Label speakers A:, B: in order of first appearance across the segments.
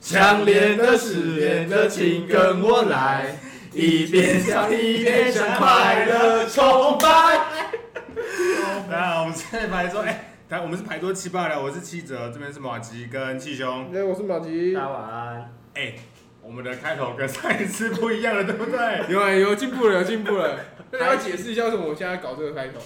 A: 相恋的、失恋的，请跟我来，一边想一边想快乐崇拜。
B: 那我们现在排说，哎、等下我们是排多七八的，我是七哲，呃这边是马吉跟气兄。
C: 哎，我是马吉
A: 大。家晚安。
B: 哎、我们的开头跟上一次不一样了，对不对？
C: 有啊，有进步了，有进步了。那你要解释一下为什么我现在搞这个开头？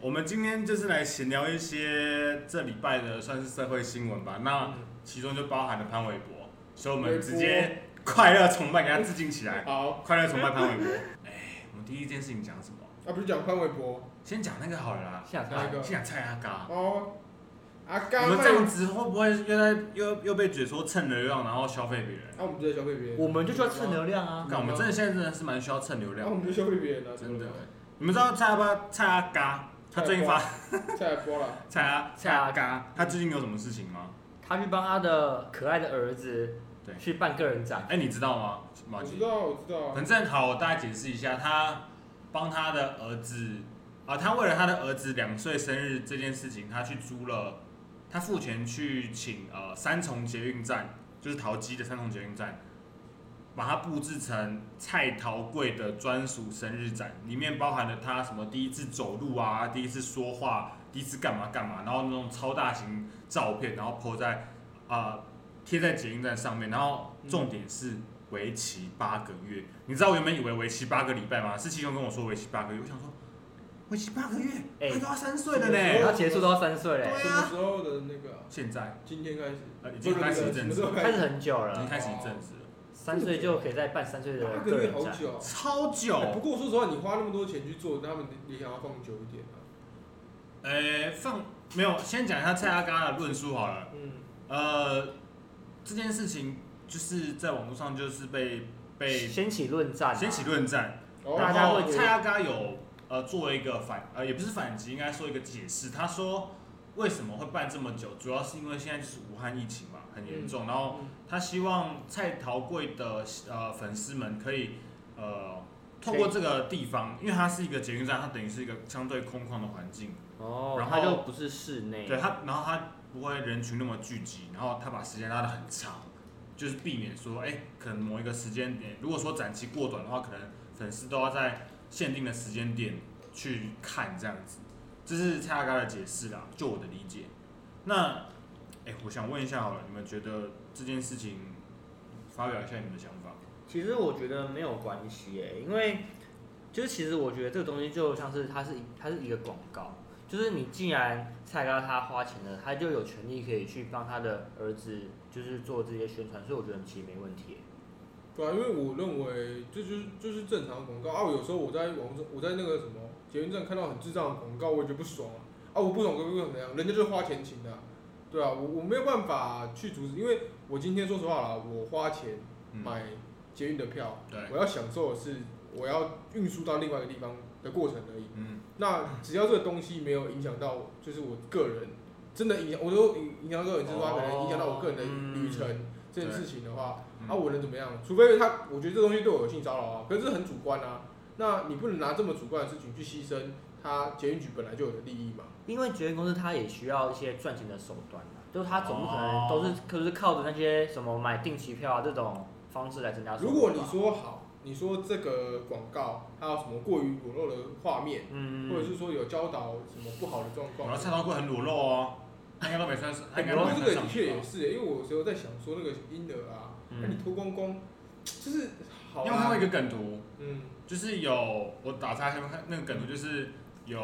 B: 我们今天就是来闲聊一些这礼拜的算是社会新闻吧，那其中就包含了潘玮柏，所以我
C: 玮
B: 们
C: 柏
B: 直接快乐崇拜给他致敬起来，
C: 好，
B: 快乐崇拜潘玮柏。哎、我们第一件事情讲什么？
C: 啊，不是讲潘玮柏
B: 先讲那个好了啦，
A: 下
C: 哪一个
B: 先讲蔡阿嘎。
C: 哦，啊，
B: 我
C: 刚
B: 们
C: 刚
B: 这样子会不会又在又又被嘴说蹭流量，然后消费别人？
C: 啊，我们就在消费别人，
A: 我们就需要蹭流量啊。
B: 干，我们真的现在真的是蛮需要蹭流
C: 啊，
B: 量
C: 我
B: 的。
C: 们就消费别人了，
B: 真的
C: 对不
B: 你们知道蔡阿巴蔡阿嘎，他最近发
C: 对再来播了，
B: 蔡阿蔡阿嘎，他最近有什么事情吗？
A: 他去帮他的可爱的儿子
B: 对
A: 去办个人展，
B: 哎，你知道吗？马
C: 我知
B: 吉，啊
C: 道，我知道，
B: 反正好，我大概解释一下，他帮他的儿子啊，他为了他的儿子两岁生日这件事情，他去租了，他付钱去请呃三重捷运站，就是桃机的三重捷运站。把它布置成蔡桃贵的专属生日展，里面包含了他什么第一次走路啊，第一次说话，第一次干嘛干嘛，然后那种超大型照片，然后 po 在啊、贴在捷运站上面，然后重点是为期八个月。你知道我原本以为为期八个礼拜吗？是其中跟我说为期八个月，我想说为期八个月，
A: 哎
B: 他都要三岁了
C: 哎
B: 呢。
A: 他结束都要三岁嘞，
B: 对
C: 什
B: 啊
C: 么时候的那个啊？
B: 现在
C: 今天开始，
B: 呃已经开始一阵子
C: 不
B: 了，
C: 是
A: 开始很久
B: 已经
A: 了，
B: 开始一阵子了，
A: 三岁就可以再办三岁的
C: 八
A: 个
C: 个月
A: 人
C: 好
A: 展。
C: 久啊。
B: 超久。
C: 哎不过说实话，你花那么多钱去做，他们也想要放久一点啊。
B: 呃，放没有，先讲一下蔡阿嘎的论述好了。
C: 嗯，
B: 呃，这件事情就是在网络上就是被被
A: 掀起论战啊，
B: 掀起论战，
C: 哦
A: 大
B: 然
A: 家
B: 后
A: 会觉得
B: 蔡阿嘎有呃做了一个反呃也不是反击，应该说一个解释。他说为什么会办这么久，主要是因为现在就是武汉疫情嘛，很严重。然后他希望蔡桃贵的呃粉丝们可以呃透过这个地方，因为它是一个捷运站，它等于是一个相对空旷的环境，
A: 哦，
B: 然后
A: 他就不是室内，
B: 对它，然后它不会人群那么聚集，然后它把时间拉得很长。就是避免说，哎、可能某一个时间点，如果说展期过短的话，可能粉丝都要在限定的时间点去看这样子。这是蔡阿嘎的解释啦，就我的理解。那，哎、我想问一下好了，你们觉得这件事情，发表一下你们的想法。
A: 其实我觉得没有关系耶，因为就是其实我觉得这个东西就像是它是一它是一个广告，就是你既然蔡高他花钱了，他就有权利可以去帮他的儿子就是做这些宣传，所以我觉得其实没问题耶。
C: 对啊，因为我认为这就是就是正常的广告啊。我有时候我在网上，我在那个什么捷运站看到很智障的广告，我也觉得不爽啊。啊，我不爽，不爽怎样？人家就是花钱请的啊、对啊，我我没有办法去阻止，因为我今天说实话啦，我花钱
B: 嗯，
C: 买捷运的票，
B: 对，
C: 我要享受的是我要运输到另外一个地方的过程而已。
B: 嗯，
C: 那只要这个东西没有影响到，就是我个人真的影响，我都影影响到个人，就是说它可能影响到我个人的旅程、
B: 嗯
C: 这件事情的话，啊，我能怎么样？除非他，我觉得这东西对我有性骚扰啊，可是这很主观啊。那你不能拿这么主观的事情去牺牲他捷运局本来就有的利益嘛？
A: 因为决运公司它也需要一些赚钱的手段啊，就是它总不可
B: 哦
A: 能都是就是靠着那些什么买定期票啊这种方式来增加收入
C: 如
A: 吧。
C: 果你说好，你说这个广告它有什么过于裸露的画面，
A: 嗯，
C: 或者是说有教导什么不好的状
B: 我
C: 况
B: 要，蔡桃贵很裸露哦，他应该都没穿，他应该都
C: 然后
B: 没
C: 哎这
B: 穿
C: 个的
B: 上
C: 确
B: 衣
C: 也
B: 吧。
C: 是、因为我有时候在想说那个婴儿啊，那、你
A: 嗯
C: 脱光光，就是好、
B: 因为我看到
C: 啊
B: 一，个梗图，
C: 嗯，
B: 就是有我打岔先看那个梗图，就是有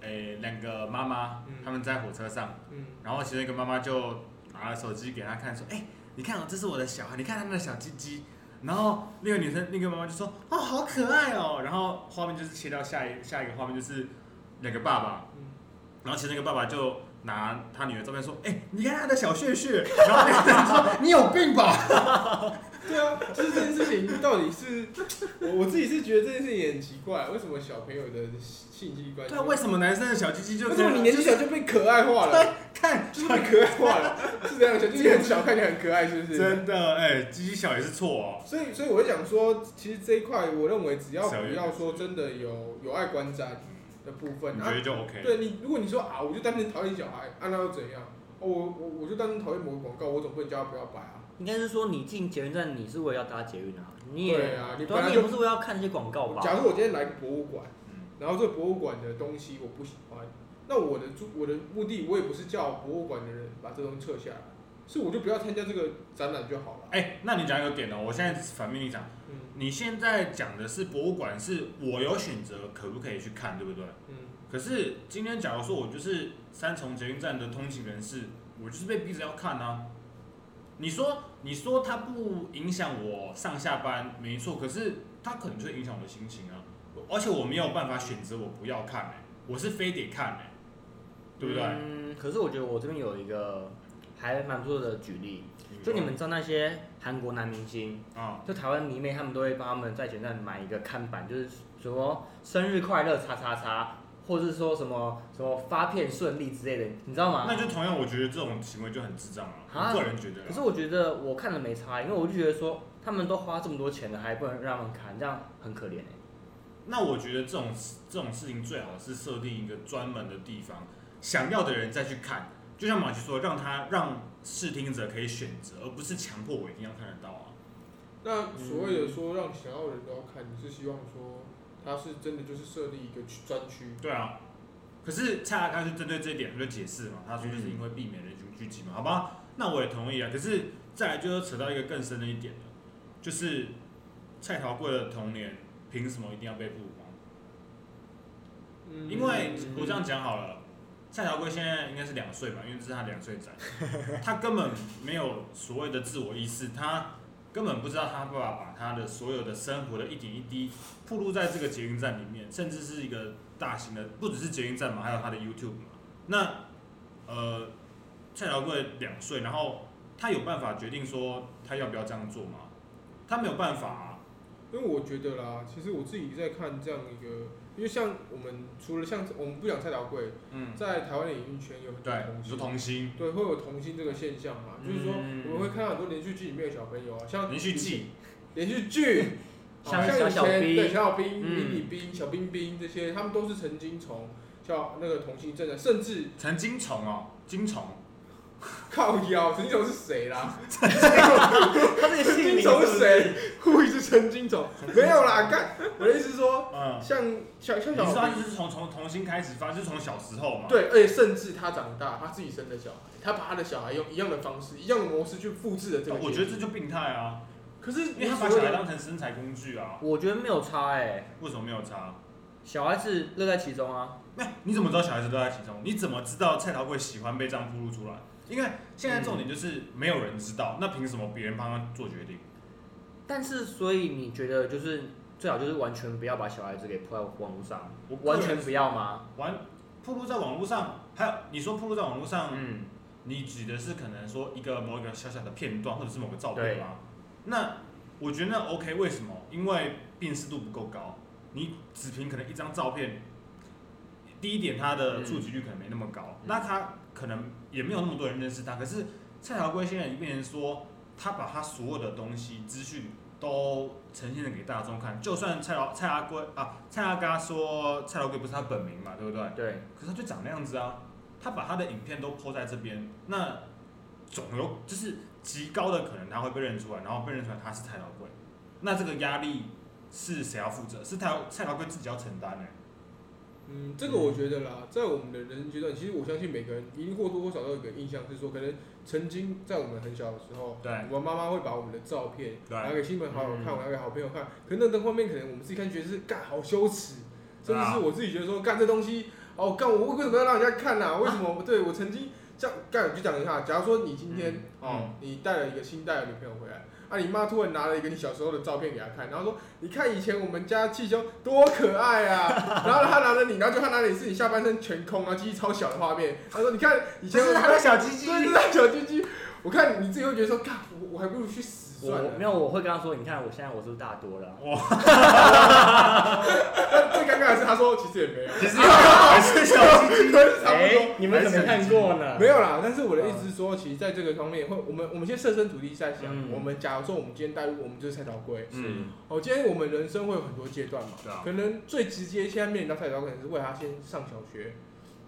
B: 诶两、个妈妈
C: 嗯
B: 他们在火车上，
C: 嗯，
B: 然后其中一个妈妈就拿了手机给她看，说：“哎、你看哦，这是我的小孩，你看他们的小鸡鸡。”然后那个女生那个妈妈就说：“哦，好可爱哦。”然后画面就是切到下一下一个画面，就是两个爸爸，
C: 嗯
B: 然后其中一个爸爸就拿他女儿照片说：“哎、你看他的小血血。”然后那个人说：“你有病吧？”
C: 对啊，就是这件事情到底是，我我自己是觉得这件事情也很奇怪，为什么小朋友的性器官？
B: 对啊，为什么男生的小鸡鸡就
C: 为什么你年纪小就被可爱化了？
B: 看
C: 就是被可爱化了，是这样，小鸡鸡很小，看起来很可爱，是不是？
B: 真的哎，鸡鸡小也是错哦。
C: 所以，所以我就想说，其实这一块，我认为只要不要说真的有有爱观瞻的部分，
B: 你
C: 啊
B: 觉，得就 OK？
C: 对你，如果你说啊，我就单纯讨厌小孩，啊，那又怎样？哦，我我我就单纯讨厌某个广告，我总不能叫他不要摆啊。
A: 应该是说你进捷运站，你是为了要搭捷运啊，你也
C: 对啊，你
A: 对
C: 本
A: 啊，
C: 来
A: 你也不
C: 就
A: 是为了要看那些广告吧？
C: 假如我今天来个博物馆，
B: 嗯
C: 然后这个博物馆的东西我不喜欢，那我的主我的目的我也不是叫博物馆的人把这东西撤下来，是我就不要参加这个展览就好了。
B: 哎，那你讲一个点哦，我现在反面立场，
C: 嗯
B: 你现在讲的是博物馆，是我有选择可不可以去看，对不对？
C: 嗯，
B: 可是今天假如说我就是三重捷运站的通勤人士，我就是被逼着要看啊。你说你说它不影响我上下班，没错，可是它可能就会影响我的心情啊。而且我没有办法选择我不要看、欸，我是非得看、欸，对不对？
A: 嗯，可是我觉得我这边有一个还蛮不错的举例，就
B: 说
A: 你们知道那些韩国男明星，
B: 啊，
A: 就台湾迷妹，他们都会帮他们在全站买一个看板，就是什么生日快乐叉叉叉，或者是说什么什么发片顺利之类的，你知道吗
B: 那？就同样，我觉得这种行为就很智障啊。
A: 啊
B: 我个人觉得啦
A: 可是我觉得我看了没差，欸因为我就觉得说他们都花这么多钱了，还不能让他们看，这样很可怜哎、
B: 那我觉得这种这种事情最好是设定一个专门的地方，想要的人再去看。就像马奇说，让他让视听者可以选择，而不是强迫我一定要看得到啊。
C: 那所谓的说让想要的人都要看，你是希望说他是真的就是设立一个区专区，
B: 对啊。可是恰恰他就针对这一点，他就解释嘛，他说就是因为避免人群聚集嘛，好吧？那我也同意啊。可是再来就是扯到一个更深的一点了，就是蔡桃贵的童年凭什么一定要被曝光？
C: 嗯
B: 因为我这样讲好了，蔡小贵现在应该是两岁吧，因为这是他两岁仔，他根本没有所谓的自我意识，他根本不知道他爸爸把他的所有的生活的一点一滴暴露在这个捷运站里面，甚至是一个大型的，不只是捷运站嘛，还有他的 YouTube 嘛。那呃，蔡小贵两岁，然后他有办法决定说他要不要这样做吗？他没有办法、啊，
C: 因为我觉得啦，其实我自己在看这样一个，因为像我们除了像我们不讲蔡桃贵，
B: 嗯，
C: 在台湾的演艺圈有很多
B: 对，
C: 同
B: 你说
C: 性，
B: 童心，
C: 对，会有童星这个现象嘛，就是说
B: 嗯
C: 我们会看到很多连续剧里面有小朋友啊，像
B: 连续记，
C: 连 续剧，
B: 哦
A: 像
C: 好
A: 小
C: 以前
A: 小兵
C: 对小小兵、
A: 嗯
C: 迷你兵、小兵兵这些，他们都是曾经从叫那个同性症的，甚至
B: 曾经虫哦，金虫。
C: 靠腰，陈金虫是谁啦？
A: 他这个
C: 陈
A: 姓
C: 金
A: 名
C: 虫
A: 是
C: 是谁？护理是陈金虫，没有啦，干，我的意思是 说，
B: 嗯，
C: 像像
B: 你
C: 像
B: 是说
C: 小
B: 他
C: 兵
B: 就。是从从童心开始发，就是从小时候嘛？，
C: 对，而且甚至他长大，他自己生的小孩，他把他的小孩用一样的方式、一样的模式去复制了这个。
B: 哦我觉得，这就病态啊，
C: 可是
B: 因为他把小孩当成身材工具啊，
A: 我觉得没有差哎、
B: 为什么没有差？
A: 小孩子乐在其中啊。
B: 那你怎么知道小孩子都在其中？你怎么知道蔡桃贵喜欢被这样暴露出来？因为现在重点就是没有人知道，那凭什么别人帮他做决定？
A: 但是所以你觉得就是最好就是完全不要把小孩子给泼在网络上，
B: 我个人
A: 完全不要吗？
B: 完暴露在网络上，还有你说暴露在网络上，
A: 嗯，
B: 你指的是可能说一个某一个小小的片段，或者是某个照片吗？那我觉得那 OK，为什么？因为辨识度不够高，你只凭可能一张照片，第一点它的触及率可能没那么高，
A: 嗯
B: 那他可能也没有那么多人认识他。可是蔡桃贵现在已经变成说，他把他所有的东西资讯都呈现给大众看，就算蔡老蔡阿贵啊蔡阿嘎说蔡桃贵不是他本名嘛，对不对？
A: 嗯对，
B: 可是他就长那样子啊，他把他的影片都抛在这边，那总有就是极高的可能他会被认出来，然后被认出来他是蔡老贵，那这个压力是谁要负责？是蔡蔡老贵自己要承担的、欸
C: 嗯，这个我觉得啦，在我们的人生阶段，其实我相信每个人一定或多或少都有一个印象，是说可能曾经在我们很小的时候，
B: 对
C: 我们妈妈会把我们的照片
B: 对
C: 拿给亲朋好友看，
A: 嗯
C: 拿给好朋友看，可是那个画面可能我们自己看觉得是干好羞耻，
B: 对
C: 甚
B: 啊
C: 至是我自己觉得说干这东西，哦干我为什么要让人家看啊？为什么？对我曾经这样干，我就讲一下，假如说你今天、
B: 嗯
C: 哦，你带了一个新带的女朋友回来。啊！你妈突然拿了一个你小时候的照片给她看，然后说：“你看以前我们家气胸多可爱啊！” 然后她拿了你，然后就她拿了你自己下半身全空，然后鸡鸡超小的画面。她说：“你看以前我们
B: 小鸡
C: 对，就是他小鸡鸡。我看你自己会觉得说，嘎，我我还不如去死
A: 我
C: 算
A: 我
C: 了。
A: 没有，我会跟他说，你看我现在我是不是大多了？啊
C: 但 最尴尬的是，他说其实也没有，
B: 其实还是小鸡鸡，
C: 差不多。
A: 你们怎么看过呢？
C: 没有啦，但是我的意思是说，其实在这个方面，会我们我们先设身处地在想，
A: 嗯
C: 我们假如说我们今天带入，我们就是菜刀龟。
B: 嗯，
C: 哦，今天我们人生会有很多阶段嘛，
B: 对啊
C: 可能最直接现在面临到菜刀，可能是为他先上小学。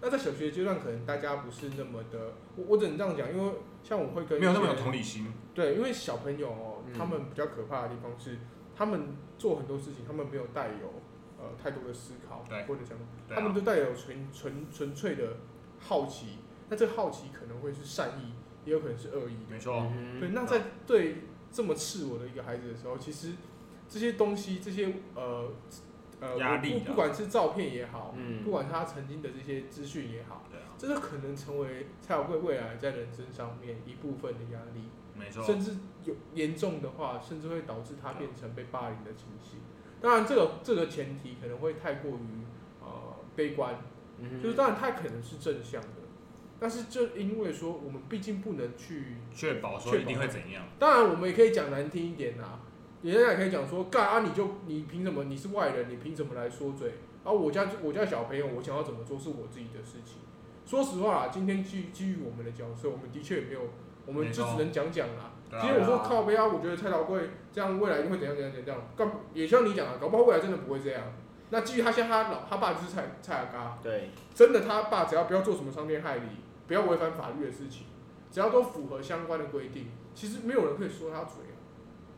C: 那在小学阶段，可能大家不是那么的，我我只能这样讲，因为像我会跟
B: 没有那么
C: 一
B: 有
C: 些
B: 同理心，
C: 对，因为小朋友、哦
A: 嗯
C: 他们比较可怕的地方是，他们做很多事情，他们没有带有呃太多的思考
B: 对
C: 或者想法，
B: 对
C: 他们
B: 啊，
C: 都带有纯纯纯粹的好奇。那这个好奇可能会是善意，也有可能是恶意的。
B: 没错，
A: 嗯
C: 对，那
B: 哦
C: 在对这么赤裸的一个孩子的时候，其实这些东西，这些呃呃，
B: 压
C: 我
B: 力
C: 不
B: 啊
C: 不管是照片也好，不
A: 嗯，
C: 管他曾经的这些资讯也好，
B: 对啊，
C: 这都可能成为蔡小贵未来在人生上面一部分的压力。
B: 没错，
C: 甚至有严重的话，甚至会导致他变成被霸凌的情形。当然，这个这个前提可能会太过于呃悲观，
A: 嗯
C: 就是当然它可能是正向的，但是就因为说我们毕竟不能去，
B: 确保说一定会怎样，
C: 当然我们也可以讲难听一点啦、人家也可以讲说，干啊你就你凭什么你是外人，你凭什么来说嘴？啊我家我家小朋友，我想要怎么做是我自己的事情。说实话啦，今天基基于我们的角色，我们的确也没有，我们
B: 没
C: 就
B: 错
C: 只能讲讲啦。
B: 对
C: 其实
B: 啊，
C: 我说
A: 对啊
C: 靠背啊，我觉得蔡桃贵这样未来一定会怎样怎样怎样怎样，干也像你讲的，搞不好未来真的不会这样。那基于他现在他老他爸就是蔡蔡阿嘎，
A: 对，
C: 真的他爸只要不要做什么伤天害理，不要违反法律的事情，只要都符合相关的规定，其实没有人可以说他嘴啊。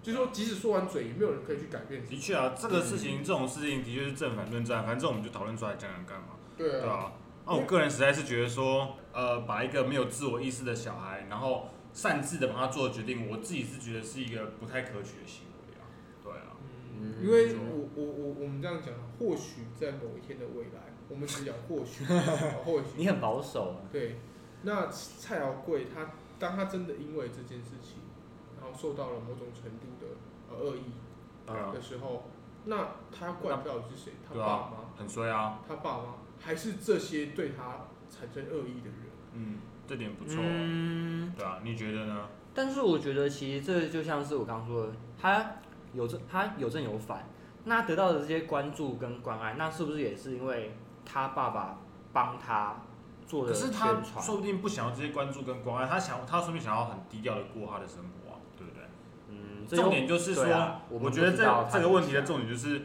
C: 就是说，即使说完嘴，也没有人可以去改变。
B: 的确啊，这个事情这种事情的确是正反论战，反正我们就讨论出来讲讲干嘛。
C: 对
B: 对
C: 啊，
B: 啊，那我个人实在是觉得说，呃，把一个没有自我意识的小孩，然后擅自的帮他做决定，我自己是觉得是一个不太可取的行为啊。对啊，
C: 嗯
A: 嗯
C: 因为我我我我们这样讲，或许在某一天的未来，我们只讲 或许，或许
A: 你很保守啊。
C: 对，那蔡瑶贵他当他真的因为这件事情，然后受到了某种程度的呃恶意
A: 嗯
B: 对啊，
C: 的时候，那他要怪到底是谁？他
B: 对
C: 爸
B: 啊
C: 妈？
B: 很衰啊，
C: 他爸妈？还是这些对他产生恶意的人？
B: 嗯，这点不错啊、
A: 嗯，
B: 对啊，你觉得呢？
A: 但是我觉得其实这就像是我刚说的，他有正他有正有反，那得到的这些关注跟关爱，那是不是也是因为他爸爸帮他做
B: 可
A: 的
B: 是
A: 宣
B: 他
A: 传？
B: 说不定不想要这些关注跟关爱，他想他说不定想要很低调的过他的生活啊，对不对？
A: 嗯，这
B: 重点就是说，
A: 对啊我
B: 我
A: 们不
B: 觉得
A: 知道
B: 这
A: 他
B: 这个问题的
A: 怎么想
B: 重点就是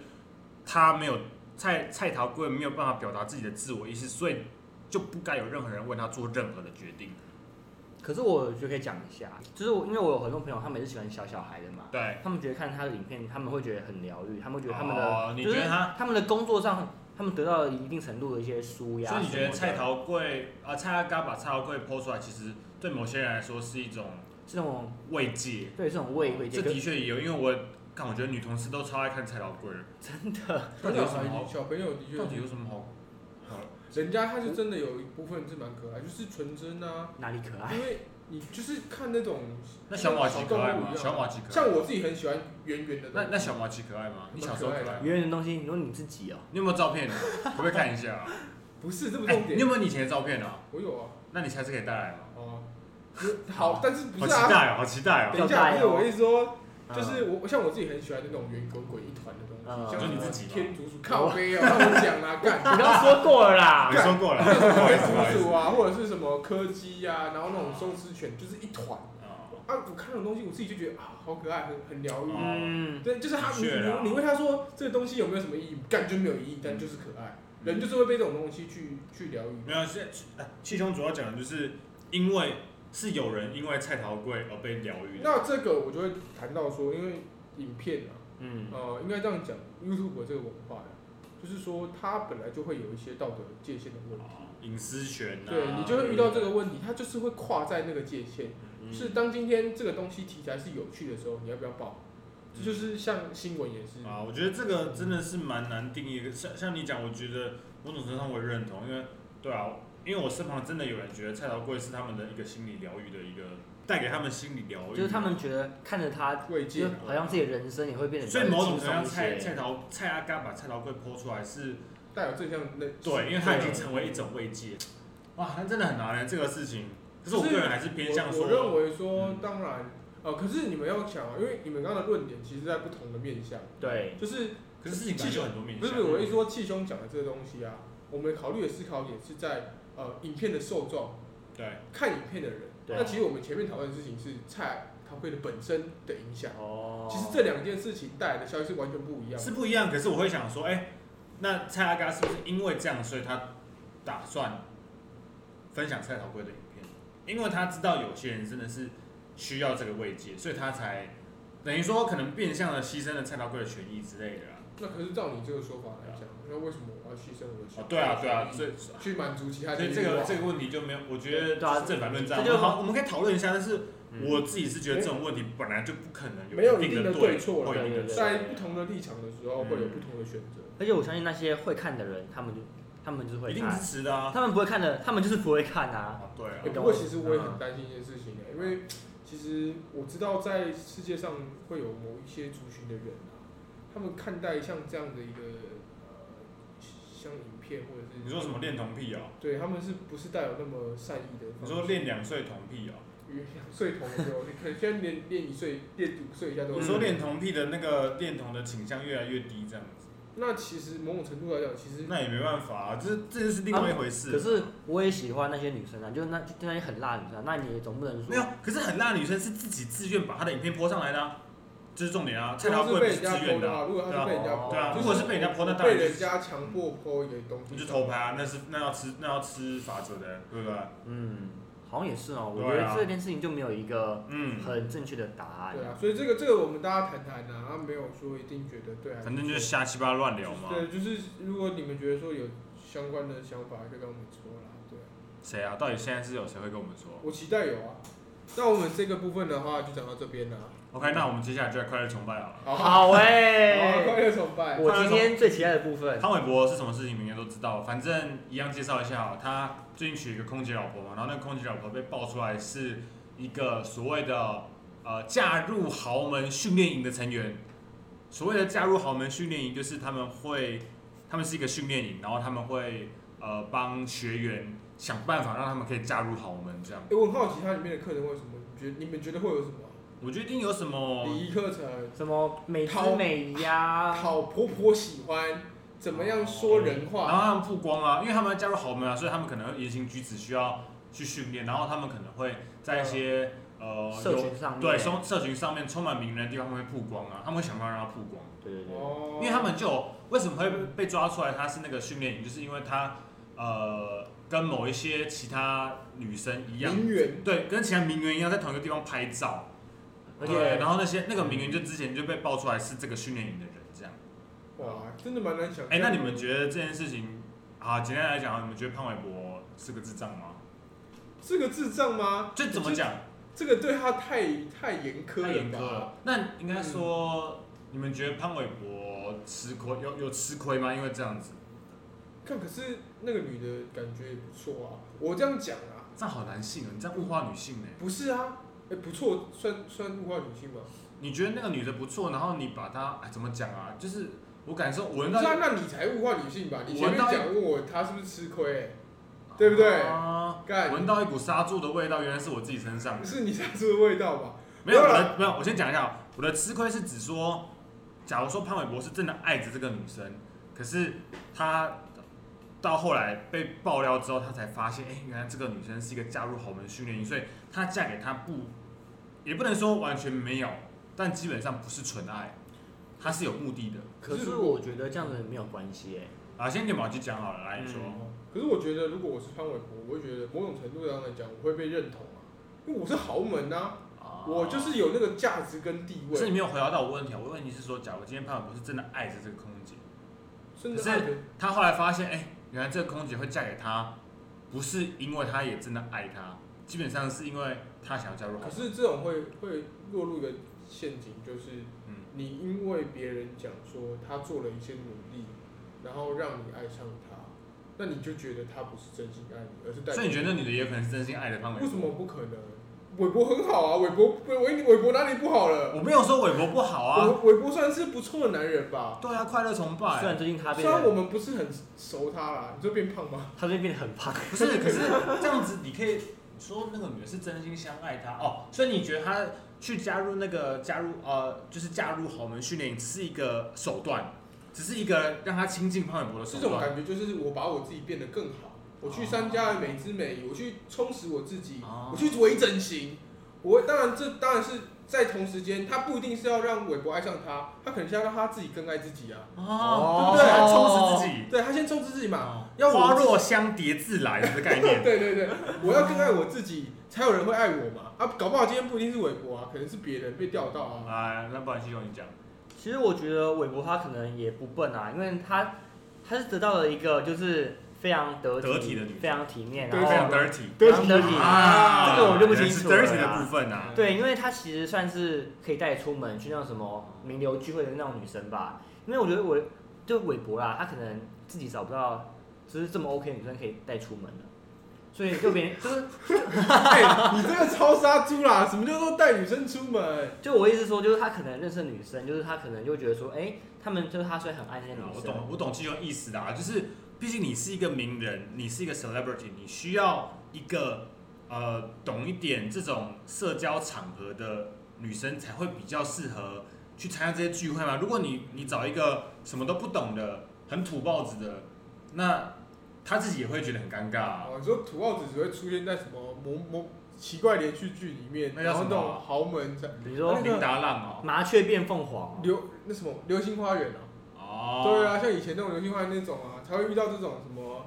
B: 他没有蔡蔡桃贵没有办法表达自己的自我意识，所以就不该有任何人为他做任何的决定。
A: 可是我就可以讲一下，就是我因为我有很多朋友，他们也是喜欢小小孩的嘛，
B: 对，
A: 他们觉得看他的影片，他们会觉得很疗愈，他们会觉得他们的、
B: 哦你
A: 就
B: 觉
A: 是
B: 得他
A: 他们的工作上，他们得到了一定程度的一些舒压。
B: 所以你觉得蔡
A: 菜
B: 桃贵啊、蔡阿嘎把蔡桃贵剖出来，其实对某些人来说是一种
A: 这种
B: 慰藉。
A: 对这种慰慰藉
B: 这，的确也有，因为我看我觉得女同事都超爱看蔡桃贵的，
A: 真的，
B: 到底有什么好
C: 小朋友的
B: 到底
C: 确，
B: 有什么好？好
C: 人家他是真的有一部分是蛮可爱，就是纯真啊，
A: 哪里可爱？
C: 因为你就是看那种
B: 那小马奇哎可爱吗？
C: 小动物一样啊
B: 小马奇可爱
C: 像
B: 吗。
C: 我自己很喜欢圆圆的东
B: 那
C: 西，
B: 那小马奇可爱吗？你小时候可爱吗？
A: 圆圆的东西，你说你自己 哦、
B: 你有没有照片？可不可以看一下啊？
C: 不是这不
B: 哎
C: 重
B: 你有
C: 点，
B: 没有你以前的照片啊？
C: 我有啊。
B: 那你下次可以带来吗？
C: 哦，好，但是
B: 好
C: 不是
B: 期
C: 啊？
B: 待哦，好期待哦！
C: 等一下，不是我意思说，
A: 嗯
C: 就是我像我自己很喜欢那种圆滚滚一团的东
A: 嗯
C: 西，像
A: 就
B: 你自己吗
C: 天竺鼠靠背 哦，让我讲啦，干，
A: 你刚刚说过了啦
B: 啊 你，说过了，不好意思，不好意
C: 天竺
B: 思
C: 鼠。啊，或者是什么柯基啊，然后那种松狮犬，就是一团
B: 哦
C: 啊， 我看那种东西，我自己就觉得啊，好可爱，很很疗愈。
A: 嗯，
C: 对，就是他，
B: 的
C: 你
B: 确啦
C: 你你问他说这个东西有没有什么意义？干就没有意义，但就是可爱。人就是会被这种东西去去疗愈。
B: 嗯没有，现在哎气胸主要讲的就是因为是有人因为蔡桃贵而被疗愈的。
C: 那这个我就会谈到说，因为影片啊，
A: 嗯，
B: 哦
C: 呃，应该这样讲，YouTube 这个文化呀，就是说它本来就会有一些道德界限的问题，
B: 哦隐私权啊，
C: 对你就会遇到这个问题，它就是会跨在那个界限。
A: 嗯
C: 是当今天这个东西题材是有趣的时候，你要不要报？
B: 嗯
C: 这就是像新闻也是，
B: 啊，我觉得这个真的是蛮难定义的。像像你讲，我觉得某种程度上我也认同，因为对啊，因为我身旁真的有人觉得蔡桃贵是他们的一个心理疗愈的一个，带给他们心理疗愈，
A: 就是他们觉得看着他，
C: 慰藉
A: 就
C: 嘛。
A: 好像自己的人生也会变得比较
B: 所以某种
A: 轻
B: 程度上，
A: 松一
B: 蔡蔡
A: 些。
B: 桃蔡阿嘎把蔡桃贵剖出来是
C: 带有正向的啊
B: 对，因为他已经成为一种慰藉。欸哇，那真的很难的这个事情。可是我个人还是偏向
C: 我我认
B: 说，
C: 为说，
B: 嗯
C: 当然，呃，可是你们要想啊，因为你们刚刚的论点其实在不同的面向，
A: 对，
C: 就是
B: 可是事情本来就很多面
C: 不
B: 向。嗯
C: 是不是，我一说气胸讲的这个东西啊，我们考虑的思考点是在呃影片的受众，
B: 对，
C: 看影片的人。
A: 对
B: 啊
C: 那其实我们前面讨论的事情是菜咖啡的本身的影响，
A: 哦，
C: 其实这两件事情带来的效益是完全不一样
B: 是
C: 的。
B: 不一样。可是我会想说，哎、那蔡阿嘎是不是因为这样，所以他打算分享蔡桃贵的影片？因为他知道有些人真的是需要这个慰藉，所以他才等于说可能变相的牺牲了蔡桃贵的权益之类的啊。
C: 那可是照你这个说法来讲，那为什么我要牺牲我的小
B: 哦，对啊，对啊，所以
C: 去满足其他
B: 所
C: 的
B: 以
C: 欲
B: 这个
C: 望
B: 这个问题就没有，我觉得
A: 对啊
B: 就是正反论战。
A: 这就
B: 我们好，我们可以讨论一下，但是
A: 嗯
B: 我自己是觉得这种问题本来就不可能
C: 没有
B: 一
C: 一定
B: 的
C: 的
B: 对
C: 对错
B: 会有一定的
A: 对
C: 在不同的立场的时候
B: 嗯
C: 会有不同的选择。
A: 而且我相信那些会看的人，他们就他们就是
B: 错，一
A: 会
B: 定支
A: 看，
B: 持的啊。
A: 他们不会看的，他们就是不会看啊。
B: 啊对啊嗯
C: 欸，不过其实我也很担心一件事情、欸，因为其实我知道在世界上会有某一些族群的人啊，他们看待像这样的一个呃像影片或者是
B: 你说什么恋童癖哦？
C: 对他们是不是带有那么善意的
B: 你
C: 方式？
B: 说练两岁童癖哦、
C: 两岁童的时候，你可能现在连连一岁、连五岁以下都有。
B: 我说恋童癖的那个恋童的倾向越来越低，这样子，
C: 那其实某种程度来讲，其实
B: 那也没办法啊，这这就是另外一回
C: 啊
B: 事。
A: 可是我也喜欢那些女生啊，就是那就那些很辣的女生啊、那你也总不能
B: 没有
A: 说，
B: 可是很辣的女生是自己自愿把她的影片泼上来的、啊，这是重点啊。蔡
C: 如
B: 桃
C: 果
B: 贵
C: 是
B: 不
C: 被
B: 是自
C: 人家
B: 愿的
C: 泼的
B: 啊、
C: 话，如果他是被人家泼，
B: 对啊
C: 就
B: 如果是被人家泼那当然
C: 被
B: 就是嗯
C: 人家强迫泼一个东西，
B: 你就偷拍啊，那是那要吃那要吃法则的，对不对？
A: 嗯，好像也是哦、我觉
B: 对啊
A: 得这件事情就没有一个
B: 嗯，
A: 很正确的答案
C: 对。啊，所以这个这个我们大家谈谈啊，啊没有说一定觉得对还错，
B: 反正就是瞎鸡巴乱聊嘛。
C: 对，就是如果你们觉得说有相关的想法，可以跟我们说啦。对啊，
B: 谁啊？到底现在是有谁会跟我们说
C: 我期待有啊。那我们这个部分的话就讲到这边啦。
B: ？OK，那我们接下来就来快乐崇拜好了。
C: 好，好，
A: 好哎、
C: 快乐崇拜。
A: 我今天最期待的部分，
B: 潘玮柏是什么事情，你们应该都知道。反正一样介绍一下哦，他最近娶一个空姐老婆嘛，然后那个空姐老婆被爆出来是一个所谓的呃嫁入豪门训练营的成员。所谓的嫁入豪门训练营，就是他们会，他们是一个训练营，然后他们会呃帮学员想办法让他们可以嫁入豪门这样。
C: 哎、我很好奇它里面的课程会有什么？你觉得你们觉得会有什么？
B: 我觉得一定有什么
C: 礼仪课程，
A: 什么美
C: 讨
A: 姿美呀、
C: 讨婆婆喜欢，怎么
B: 哦
C: 样说人
B: 然后
C: 话？
B: 他们曝光啊，因为他们要加入豪门啊，所以他们可能言行举止需要去训练，然后他们可能会在一些呃
A: 社
B: 有
A: 群上面，
B: 对社社群上面充满名人的地方会曝光啊，他们会想办法让它曝光，
A: 对对对，
C: 哦，
B: 因为他们就有为什么会被抓出来他是那个训练营，就是因为他呃跟某一些其他女生一样，
C: 名媛
B: 对，跟其他名媛一样在同一个地方拍照，
A: 而
B: 对，
A: 且嗯
B: 然后那些那个名媛就之前就被爆出来是这个训练营的人这样。
C: 哇，真的蛮难想象。
B: 哎、那你们觉得这件事情啊，简单来讲，你们觉得潘玮柏是个智障吗？
C: 这个智障吗？
B: 就怎么讲？
C: 这个对他太太严苛
B: 太严
C: 了
B: 苛
C: 吧？
B: 了。那应
C: 嗯
B: 该说，你们觉得潘玮柏吃亏有有吃亏吗？因为这样子，
C: 看，可是那个女的感觉也不错啊。我这样讲啊，
B: 这样好男性哦，你这样物化女性呢？
C: 不是啊，哎、不错，算算物化女性吧。
B: 你觉得那个女的不错，然后你把她哎怎么讲啊？就是我感受我
C: 不
B: 闻
C: 是
B: 到，
C: 啊，那你才物化女性吧？你前面
B: 我到
C: 讲问我她是不是吃亏、欸，对不对
B: 啊
C: 干
B: 闻到一股杀猪的味道，原来是我自己身上的。
C: 是你杀猪的味道吧？
B: 没有，
C: 没
B: 我
C: 有啦
B: 的没有，我先讲一下哦，我的吃亏是指说，假如说潘玮柏是真的爱着这个女生，可是他到后来被爆料之后，他才发现，哎、原来这个女生是一个嫁入豪门训练营，所以她嫁给他不，也不能说完全没有，但基本上不是纯爱，她是有目的的。
A: 可
C: 可是
A: 是
C: 如果
A: 我觉得这样子没有关系哎、
B: 啊，先点毛去讲好了，来你说，
A: 嗯
C: 可是我觉得，如果我是潘玮柏，我会觉得某种程度上来讲，我会被认同啊，因为我是豪门啊，
B: 啊
C: 我就。是有那个价值跟地
B: 可是
C: 位。
B: 你没有回答到我问题啊！我问题是说，假如今天潘玮柏是真的爱着这个空姐，
C: 真
B: 可是
C: 的爱的，
B: 他后来发现，哎、原来这个空姐会嫁给他，不是因为他也真的爱他，基本上是因为他想要加入好
C: 可。是这种会会落入一个陷阱，就是
B: 嗯，
C: 你因为别人讲说他做了一些努力，然后让你爱上他，那你就觉得他不是真心爱你，而是代表。
B: 所以你觉得那女的也有可能是真心爱的范玮
C: 为什
B: 柏？
C: 么不可能？韦伯很好啊，韦伯韦韦韦伯哪里不好了？
B: 我没有说玮柏不好啊，
C: 韦韦伯算是不错的男人吧，
B: 对啊，快乐崇拜。
A: 虽然最近他
C: 虽
A: 变
C: 然我
A: 得
C: 们不是很熟他啦，你就变胖吗？
A: 他最近变得很胖，
B: 不是，可是这样子你可以说那个女的是真心相爱他哦，所以你觉得他去加入那个加入呃，就是加入豪门训练是一个手段，只是一个让他亲近潘玮柏的
C: 这
B: 手
C: 种
B: 段。
C: 感觉就是我把我自己变得更好，我去参加美姿美仪，我去充实我自己，
B: 哦
C: 我去微整形。我当然这当然是在同时间，他不一定是要让韦伯爱上他，他可能是要让他自己更爱自己啊。
B: 哦，
C: 对不对
B: 想充实自己，
C: 对他先充实自己嘛，
B: 哦
C: 要我
B: 花若相叠自来的概念。
C: 对对对，我要更爱我自己，才有人会爱我嘛。啊，搞不好今天不一定是韦伯啊，可能是别人被钓到啊。
B: 啊，那不然西兄你讲，
A: 其实我觉得韦伯他可能也不笨啊，因为他他是得到了一个就是非常得体、
B: 得体的女生
A: 非常体面，
C: 对
A: 然后
B: 非常 dirty
A: 非常得体
B: 啊，
A: 这个我就不清楚了
B: 原
A: 啦
B: 来是 dirty 的部分啊，
A: 对，因为她其实算是可以带出门去那种什么名流聚会的那种女生吧。因为我觉得我就韦伯啦，她可能自己找不到就是这么 OK 的女生可以带出门的，所以就别 人就是
C: 哎，你这个超杀猪啦！什么叫做带女生出门？
A: 就我意思说，就是她可能认识的女生，就是她可能就觉得说，哎、她们就是她虽然很爱这些
B: 啊
A: 女
B: 我
A: 生
B: 懂，，我懂基兄意思的啊，就是毕竟你是一个名人，你是一个 celebrity，你需要一个呃懂一点这种社交场合的女生才会比较适合去参加这些聚会嘛。如果你你找一个什么都不懂的、很土包子的，那他自己也会觉得很尴尬、啊。
C: 哦，你说土澳子只会出现在什么某某奇怪连续剧里面，
B: 那叫
C: 然后
B: 什
C: 那
B: 么啊
C: 种豪门才
A: 比如说
C: 那个
B: 林达浪哦，
A: 麻雀变凤凰，啊
C: 流那什么流星花园啊。
B: 哦，
C: 对啊，像以前那种流星花园那种啊，才会遇到这种什么，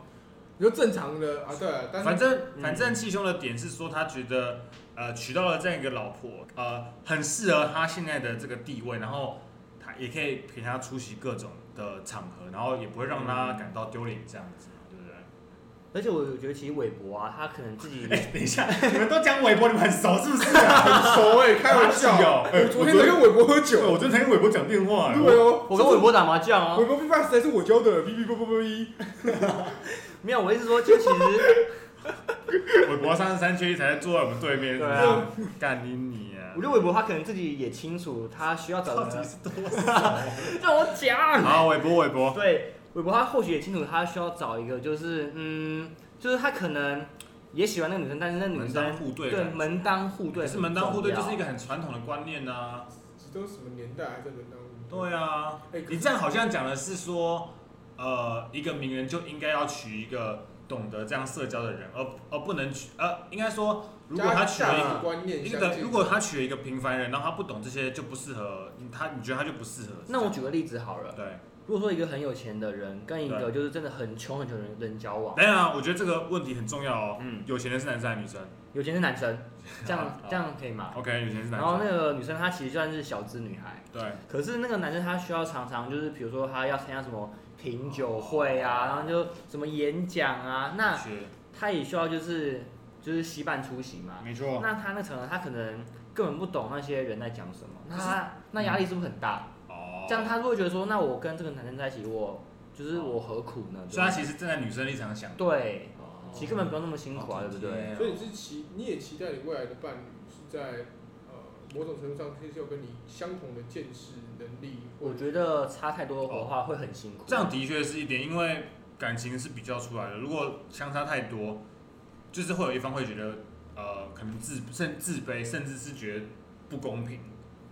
C: 你说正常的啊，对啊，但
B: 反
C: 是
B: 正
A: 嗯
B: 反正气胸的点是说，他觉得呃娶到了这样一个老婆，呃很适合他现在的这个地位，然后他也可以陪他出席各种的场合，然后也不会让他感到丢脸这样子，对不对？
A: 而且我觉得其实韦伯啊，他可能自己
C: 嗯
B: 哎、等一下，你们都讲韦伯，你们很熟是不是、啊
C: 很熟哎、 开玩笑。
B: 哦哎
C: 我昨天才跟韦伯喝酒，
B: 昨天才跟韦伯讲电话
C: 对哦，
A: 我跟韦伯打麻将啊
C: 韦，伯 B 八实在是我教的，B B B B B。
A: 没有，我意思说，就其实
B: 韦伯三十三缺一才坐在我们对面，
A: 对啊
B: 是不是，干你你啊！
A: 我觉得韦伯他可能自己也清楚他需要找
B: 到
A: 的
B: 底
A: 人，啊
B: 是多少？
A: 让我讲。
B: 好，韦伯韦伯，
A: 对，韦伯他或许也清楚，他需要找一个就是嗯，就是他可能也喜欢那个女生，但是那女
B: 门当
A: 生
B: 户对的
A: 对
B: 感觉，
A: 门当户对很重
B: 可
A: 要，
B: 是门当户对就是一个很传统的观念呐、
C: 这都什么年代还在轮到我？哎
B: 对啊，
C: 对
B: 你这样好像讲的是说，呃，一个名人就应该要娶一个懂得这样社交的人，而而不能娶，呃，应该说，如果他娶了
C: 家庭
B: 一
A: 啊
C: 观念
B: 个一
C: 相
B: 个，
C: 近
B: 如果他娶了一个平凡人，然后他不懂这些，就不适合他，你觉得他就不适合？
A: 那我举个例子好了，
B: 对，
A: 如果说一个很有钱的人跟一
B: 对
A: 个就是真的很穷很穷的人交往，
B: 当然啊，我觉得这个问题很重要哦。
A: 嗯，
B: 有钱的是男生还是女生
A: 有钱是男 生，这
B: 好
A: 样
B: 好
A: 这样可以吗？
B: ？OK，有钱是男
A: 然后
B: 生。
A: 那个女生她其实算是小资女孩，
B: 对，
A: 可是那个男生他需要常常就是比如说他要参加什么品酒会啊，然后就什么演讲啊，那
B: 是
A: 他也需要就是就是稀办出席嘛。
B: 没错。
A: 那他那层呢，他可能根本不懂那些人在讲什么，那他那压力是不是很大？
B: 哦，
A: 这样，他会觉得说，那我跟这个男生在一起，我就是我何苦呢？
B: 所以他其实站在女生立场想，
A: 对，
B: 哦
A: 其实根本不用那么辛苦啊，
B: 哦
A: 对不对？
C: 所以你是期，你也期待你未来的伴侣是在呃某种程度上是有跟你相同的见识能力，或
A: 我
C: 者
A: 觉得差太多的话会很辛苦。
B: 哦
A: 啊
B: 这样的确是一点，因为感情是比较出来的。如果相差太多，就是会有一方会觉得，呃，可能自甚自卑，甚至是觉得不公平，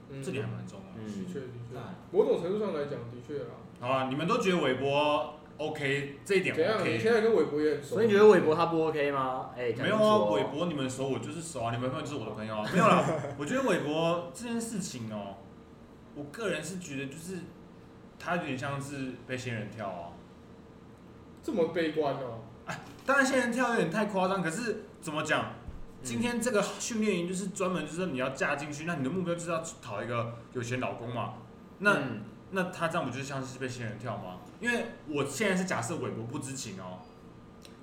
C: 嗯
B: 这点还蛮重要的。
C: 的确
A: 嗯，
C: 的确
B: 对，
C: 某种程度上来讲的确啊。
B: 好啊，你们都觉得韦伯 OK 这一点
C: 怎样？你
B: OK，
C: 现在跟韦伯也很熟？
A: 所以你觉得韦伯他不 OK 吗？哎，
B: 没有啊，韦伯你们熟我就是熟啊，你们朋友就是我的朋友啊，没有啦。我觉得韦伯这件事情哦，我个人是觉得就是他有点像是被仙人跳啊。
C: 这么悲观哦？
B: 当然仙人跳有点太夸张，可是怎么讲？
A: 嗯
B: 今天这个训练营就是专门就是你要嫁进去，那你的目标就是要讨一个有钱老公嘛。那、
A: 嗯
B: 那他这样不就像是被仙人跳吗？因为我现在是假设韦伯不知情哦，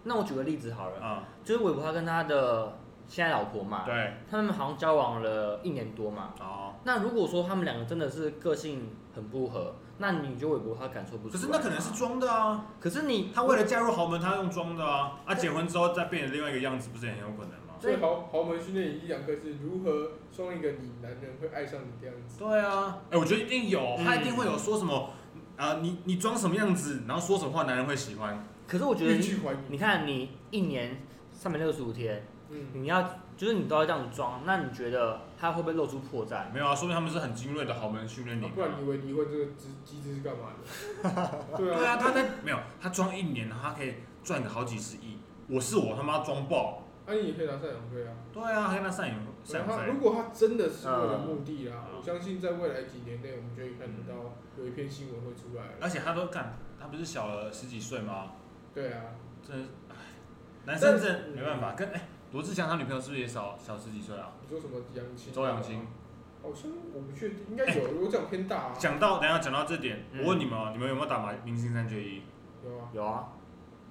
A: 那我举个例子好了，
B: 啊、
A: 就是韦伯他跟他的现在老婆嘛，
B: 对，
A: 他们好像交往了一年多嘛，
B: 哦，
A: 那如果说他们两个真的是个性很不合，那你觉得韦伯他感受不出
B: 可
A: 来？
B: 是那可能是，装的啊，
A: 可是你
B: 他为了嫁入豪门，他用装的啊，啊，结婚之后再变成另外一个样子，不是也很有可能吗？
C: 所以豪豪门训练营一两课是如何双一个你男人会爱上你的样子。
B: 对啊，哎、我觉得一定有，
A: 嗯
B: 他一定会有说什么，啊、你你装什么样子，然后说什么话，男人会喜欢。
A: 可是我觉得
C: 欲
A: 你，
C: 拒还迎。
A: 你看你一年三百六十五天，
C: 嗯，
A: 你要就是你都要这样装，那你觉得他会不会露出破绽？
B: 没有啊，说明他们是很精锐的豪门训练
C: 啊
B: 营、
C: 不然你以为离婚这个机机制是干嘛的？ 对
B: 对
C: 啊，
B: 啊，他在没有他装一年，然后他可以赚个好几十亿。我是我他妈装爆。
C: 那你也可以拿赡养费啊。
B: 对啊，还跟他上演
C: 对
B: 上
C: 啊
B: 演
C: 他
B: 赛
C: 如果他真的是为了目的啊，
B: 嗯
C: 我相信在未来几年内，我们就会看得到有一篇新闻会出来了。
B: 而且他都干，他不是小了十几岁吗？
C: 对啊，
B: 真的是，唉男生
C: 但
B: 真的没办法。跟哎、罗志祥他女朋友是不是也少小十几岁啊？
C: 你说什么杨青？
B: 周扬青。
C: 好像我不确定，应该有，如果这样偏大啊，
B: 讲到等一下讲到这点，
A: 嗯
B: 我问你们哦，你们有没有打麻明星三缺一？
C: 有啊，
A: 有啊，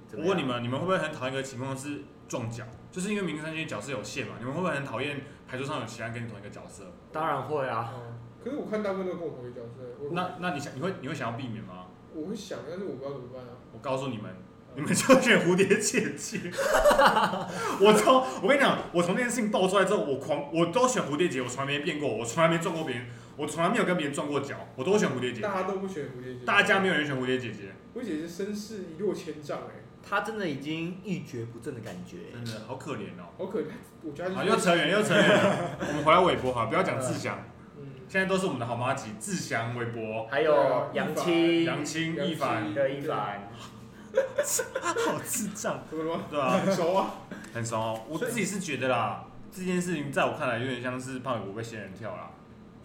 A: 怎
B: 我
A: 么样
B: 问你，们，你们会不会很讨厌一个情况是撞角？就是因为明星三缺一角色有限嘛，你们会不会很讨厌牌桌上有其他跟你同一个角色？
A: 当然会啊，
C: 哦，可是我看大部分都跟我同一个角色，我
B: 那那你想你会你会想要避免吗？
C: 我会想，但是我不知道怎么办啊。
B: 我告诉你们， 你们就选蝴蝶姐姐。 我从我跟你讲，我从这件事情爆出来之后，我狂我都选蝴蝶姐，我从来没变过，我从来没撞过别人，我从来没有跟别人撞过脚，我都选蝴蝶姐。
C: 嗯大家都不选蝴蝶结，
B: 大家没有人选蝴蝶姐姐，
C: 蝴蝶结身世一落千丈哎，
A: 他真的已经一蹶不振的感觉。
B: 真的好可怜哦。
C: 好可怜，我觉得
B: 好，
C: 他
B: 啊又
C: 就是
B: 扯远又扯远了。 我们回来韦伯哈，不要讲志祥，
C: 嗯，
B: 现在都是我们的好妈吉，志祥、韦伯、
A: 还
C: 对啊
A: 有杨青，
B: 杨青、一凡，
A: 对一凡，
B: 好智障，
C: 怎么了吗？
B: 对啊，
C: 很熟啊，
B: 很怂哦。我自己是觉得啦，这件事情在我看来有点像是胖伟伯被仙人跳啦。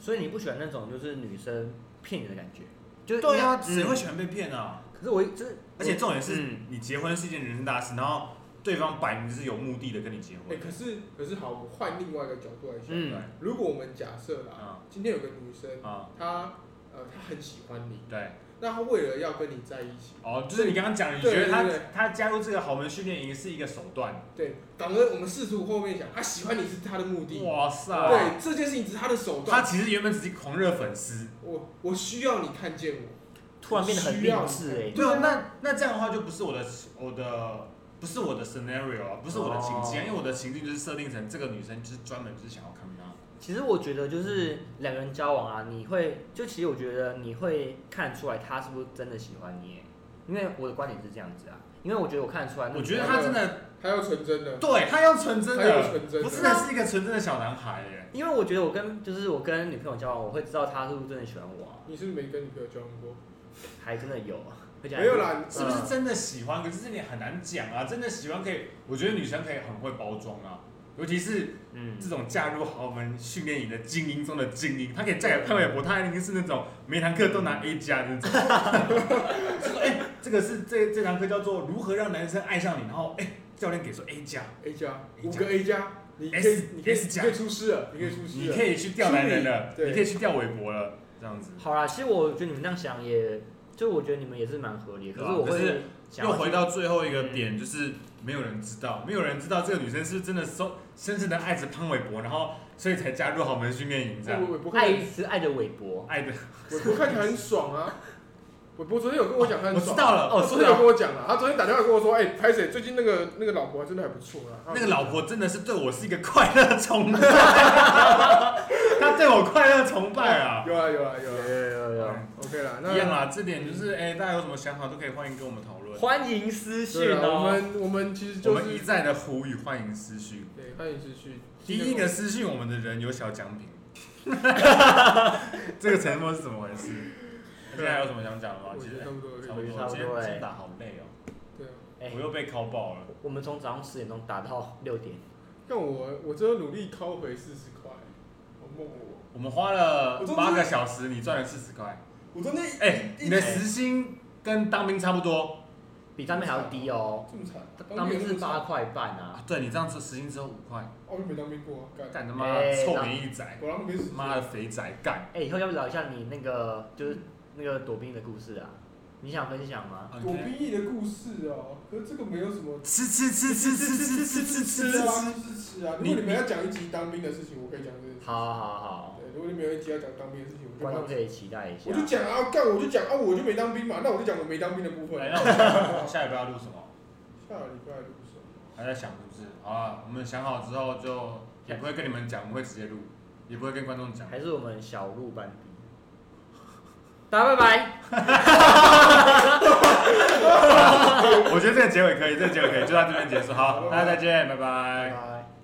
A: 所以你不喜欢那种就是女生骗你的感觉，就是
B: 对啊，
A: 应该
B: 谁会
A: 嗯
B: 喜欢被骗啊？
A: 可是我一就是，
B: 而且重点是
A: 嗯，
B: 你结婚是一件人生大事，然后对方摆明就是有目的的跟你结
C: 哎，
B: 婚。
C: 可是可是好，我换另外一个角度来想，
B: 对
A: 嗯，
C: 如果我们假设啦，
B: 啊
C: 今天有个女生，
B: 啊，
C: 她呃她很喜欢你，
B: 对，
C: 那她为了要跟你在一起，
B: 哦，就是你刚刚讲，你觉得他
C: 对对对
B: 他加入这个豪门训练营是一个手段。
C: 对，反而我们试图后面想，她喜欢你是她的目的，
B: 哇塞！
C: 对，这件事情只是她的手
B: 他
C: 段，
B: 其实原本只是狂热粉丝。
C: 我我需要你看见我。
A: 突然变得很
C: 需要
A: 励志哎，
B: 对
C: 对
B: 啊
C: 啊，
B: 那那这样的话就不是我的我的不是我的 scenario 啊，不是我的情境啊，
A: 哦
B: 因为我的情境就是设定成这个女生就是专门就是想要看他。
A: 其实我觉得就是两个人交往啊，你会就其实我觉得你会看出来他是不是真的喜欢你耶，欸因为我的观点是这样子啊，因为我觉得我看得出来那个，
B: 我觉得他真的，
C: 还要纯真的，
B: 对他要纯真
C: 还要
B: 的，
C: 纯真
B: 不是
C: 的，
B: 他是一个纯真的小男孩耶。
A: 因为我觉得我跟就是我跟女朋友交往，我会知道她是不是真的喜欢我、啊，
C: 你是不是没跟女朋友交往过？
A: 还真的有，啊而且还
C: 没有，啦，啊
B: 是不是真的喜欢？可是这点很难讲啊！真的喜欢可以，我觉得女生可以很会包装啊，尤其是
A: 嗯
B: 这，种嫁入豪门训练营的精英中的精英，她可以嫁给潘玮柏，她一定是那种每堂课都拿 A 加的那种。 就说哎、这个是这这堂课叫做如何让男生爱上你，然后哎、教练给出 A 加，
C: A 加
B: A 加
C: 五个 A 加，你可
B: S-
C: 以你可以
B: S 加
C: 你可以出师了，你可以出师
B: 你
C: 了，
B: 可以去钓男人了，
C: 对
B: 你可以去钓韦伯了，这样子。
A: 好啦，其实我觉得你们这样想也，就我觉得你们也是蛮合理的，
B: 对
A: 可
B: 啊
A: 是我
B: 可是
A: 会想
B: 又
A: 要
B: 回
A: 去
B: 到最后一个点，就是没有人知道，没有人知道这个女生是不是真的深深深的爱着潘玮柏，然后所以才加入豪门训练营这
C: 哎
B: 样，
C: 我我不看
A: 爱，一直爱的韦伯，
B: 爱的。
C: 我不看起来很爽啊。我我昨天有跟我讲，他
B: 我
C: 很
B: 知
C: 爽。
B: 道了，
C: 我
B: 我
C: 昨
B: 知
C: 天有
B: 道
C: 跟我讲了，他昨天打电话跟我说，哎，拍谁？最近那个那个老婆真的还不错啊。
B: 那个老婆真的是对我是一个快乐崇 拜，她对我快乐崇拜啊。
C: 有啊有啊有
A: 有
C: 啊
A: 有有有，
C: ，OK 啦，
B: 一样
C: 那
B: 啦，这点就是哎、大家有什么想法都可以欢迎跟我们讨论。
A: 欢迎私
C: 对
A: 讯
C: 啊，我
A: 哦，
C: 们我们其实
B: 我
C: 就
B: 们一
C: 是
B: 再的呼吁，欢迎私讯。
C: 对，欢迎持续。
B: 第一个私讯我们的人有小奖品，这个沉默是怎么回事？现在还有什么想讲的吗？
C: 我
B: 其
C: 觉
B: 实
C: 得差不多了，
B: 差不多，
A: 差不多
B: 今天
A: 哎
B: 今天打好累哦、
C: 对啊。
A: 哎
B: 我又被敲爆了。
A: 我们从早上十点钟打到六点，
C: 但我我只有努力抠回四十块，好哦梦我。
B: 我们花了
C: 我中间
B: 八个小时，你赚了四十块。
C: 我中间
B: 哎、
C: 一
B: 你的时薪跟当兵差不多。
A: 比上面还要低哦，
C: 这么惨，
A: 当兵
C: 这
A: 是
C: 么惨
A: 八，块半啊，
B: 啊、对你这样子时薪只有五块，
C: 哦我又没当兵过啊，干，
B: 干他妈
A: 哎
B: 臭
A: 当
B: 便宜仔，
C: 果然没死。
B: 妈的，肥仔干！
A: 哎，以后要不聊一下你那个就是那个躲兵的故事啊？你想分享吗？
B: 啊
C: 躲
B: 你看
C: 兵役的故事哦，可是这个没有什么。
B: 吃吃吃吃吃吃吃吃吃吃
C: 啊，
B: 吃。
C: 就是吃啊！如
B: 你
C: 果你们要讲一集当兵的事情，我可以讲这个。
B: 啊
A: 好好好，
C: 对，如果你们有一集要讲当兵的事情，我就
A: 观众
C: 把
A: 可以期待一下
C: 我。就讲啊，干我就讲啊，我就没当兵嘛，那我就讲我没当兵的部分。
B: 来，哎那我们下下一步要录什么？
C: 下礼拜录什么？
B: 还在想是不是？好啊，我们想好之后就也不会跟你们讲，我们会直接录，也不会跟观众讲。
A: 还是我们小鹿班比，大家拜拜，
B: 我觉得这个结尾可以，这个结尾可以，就到这边结束。好，大家再见，拜拜
A: 拜。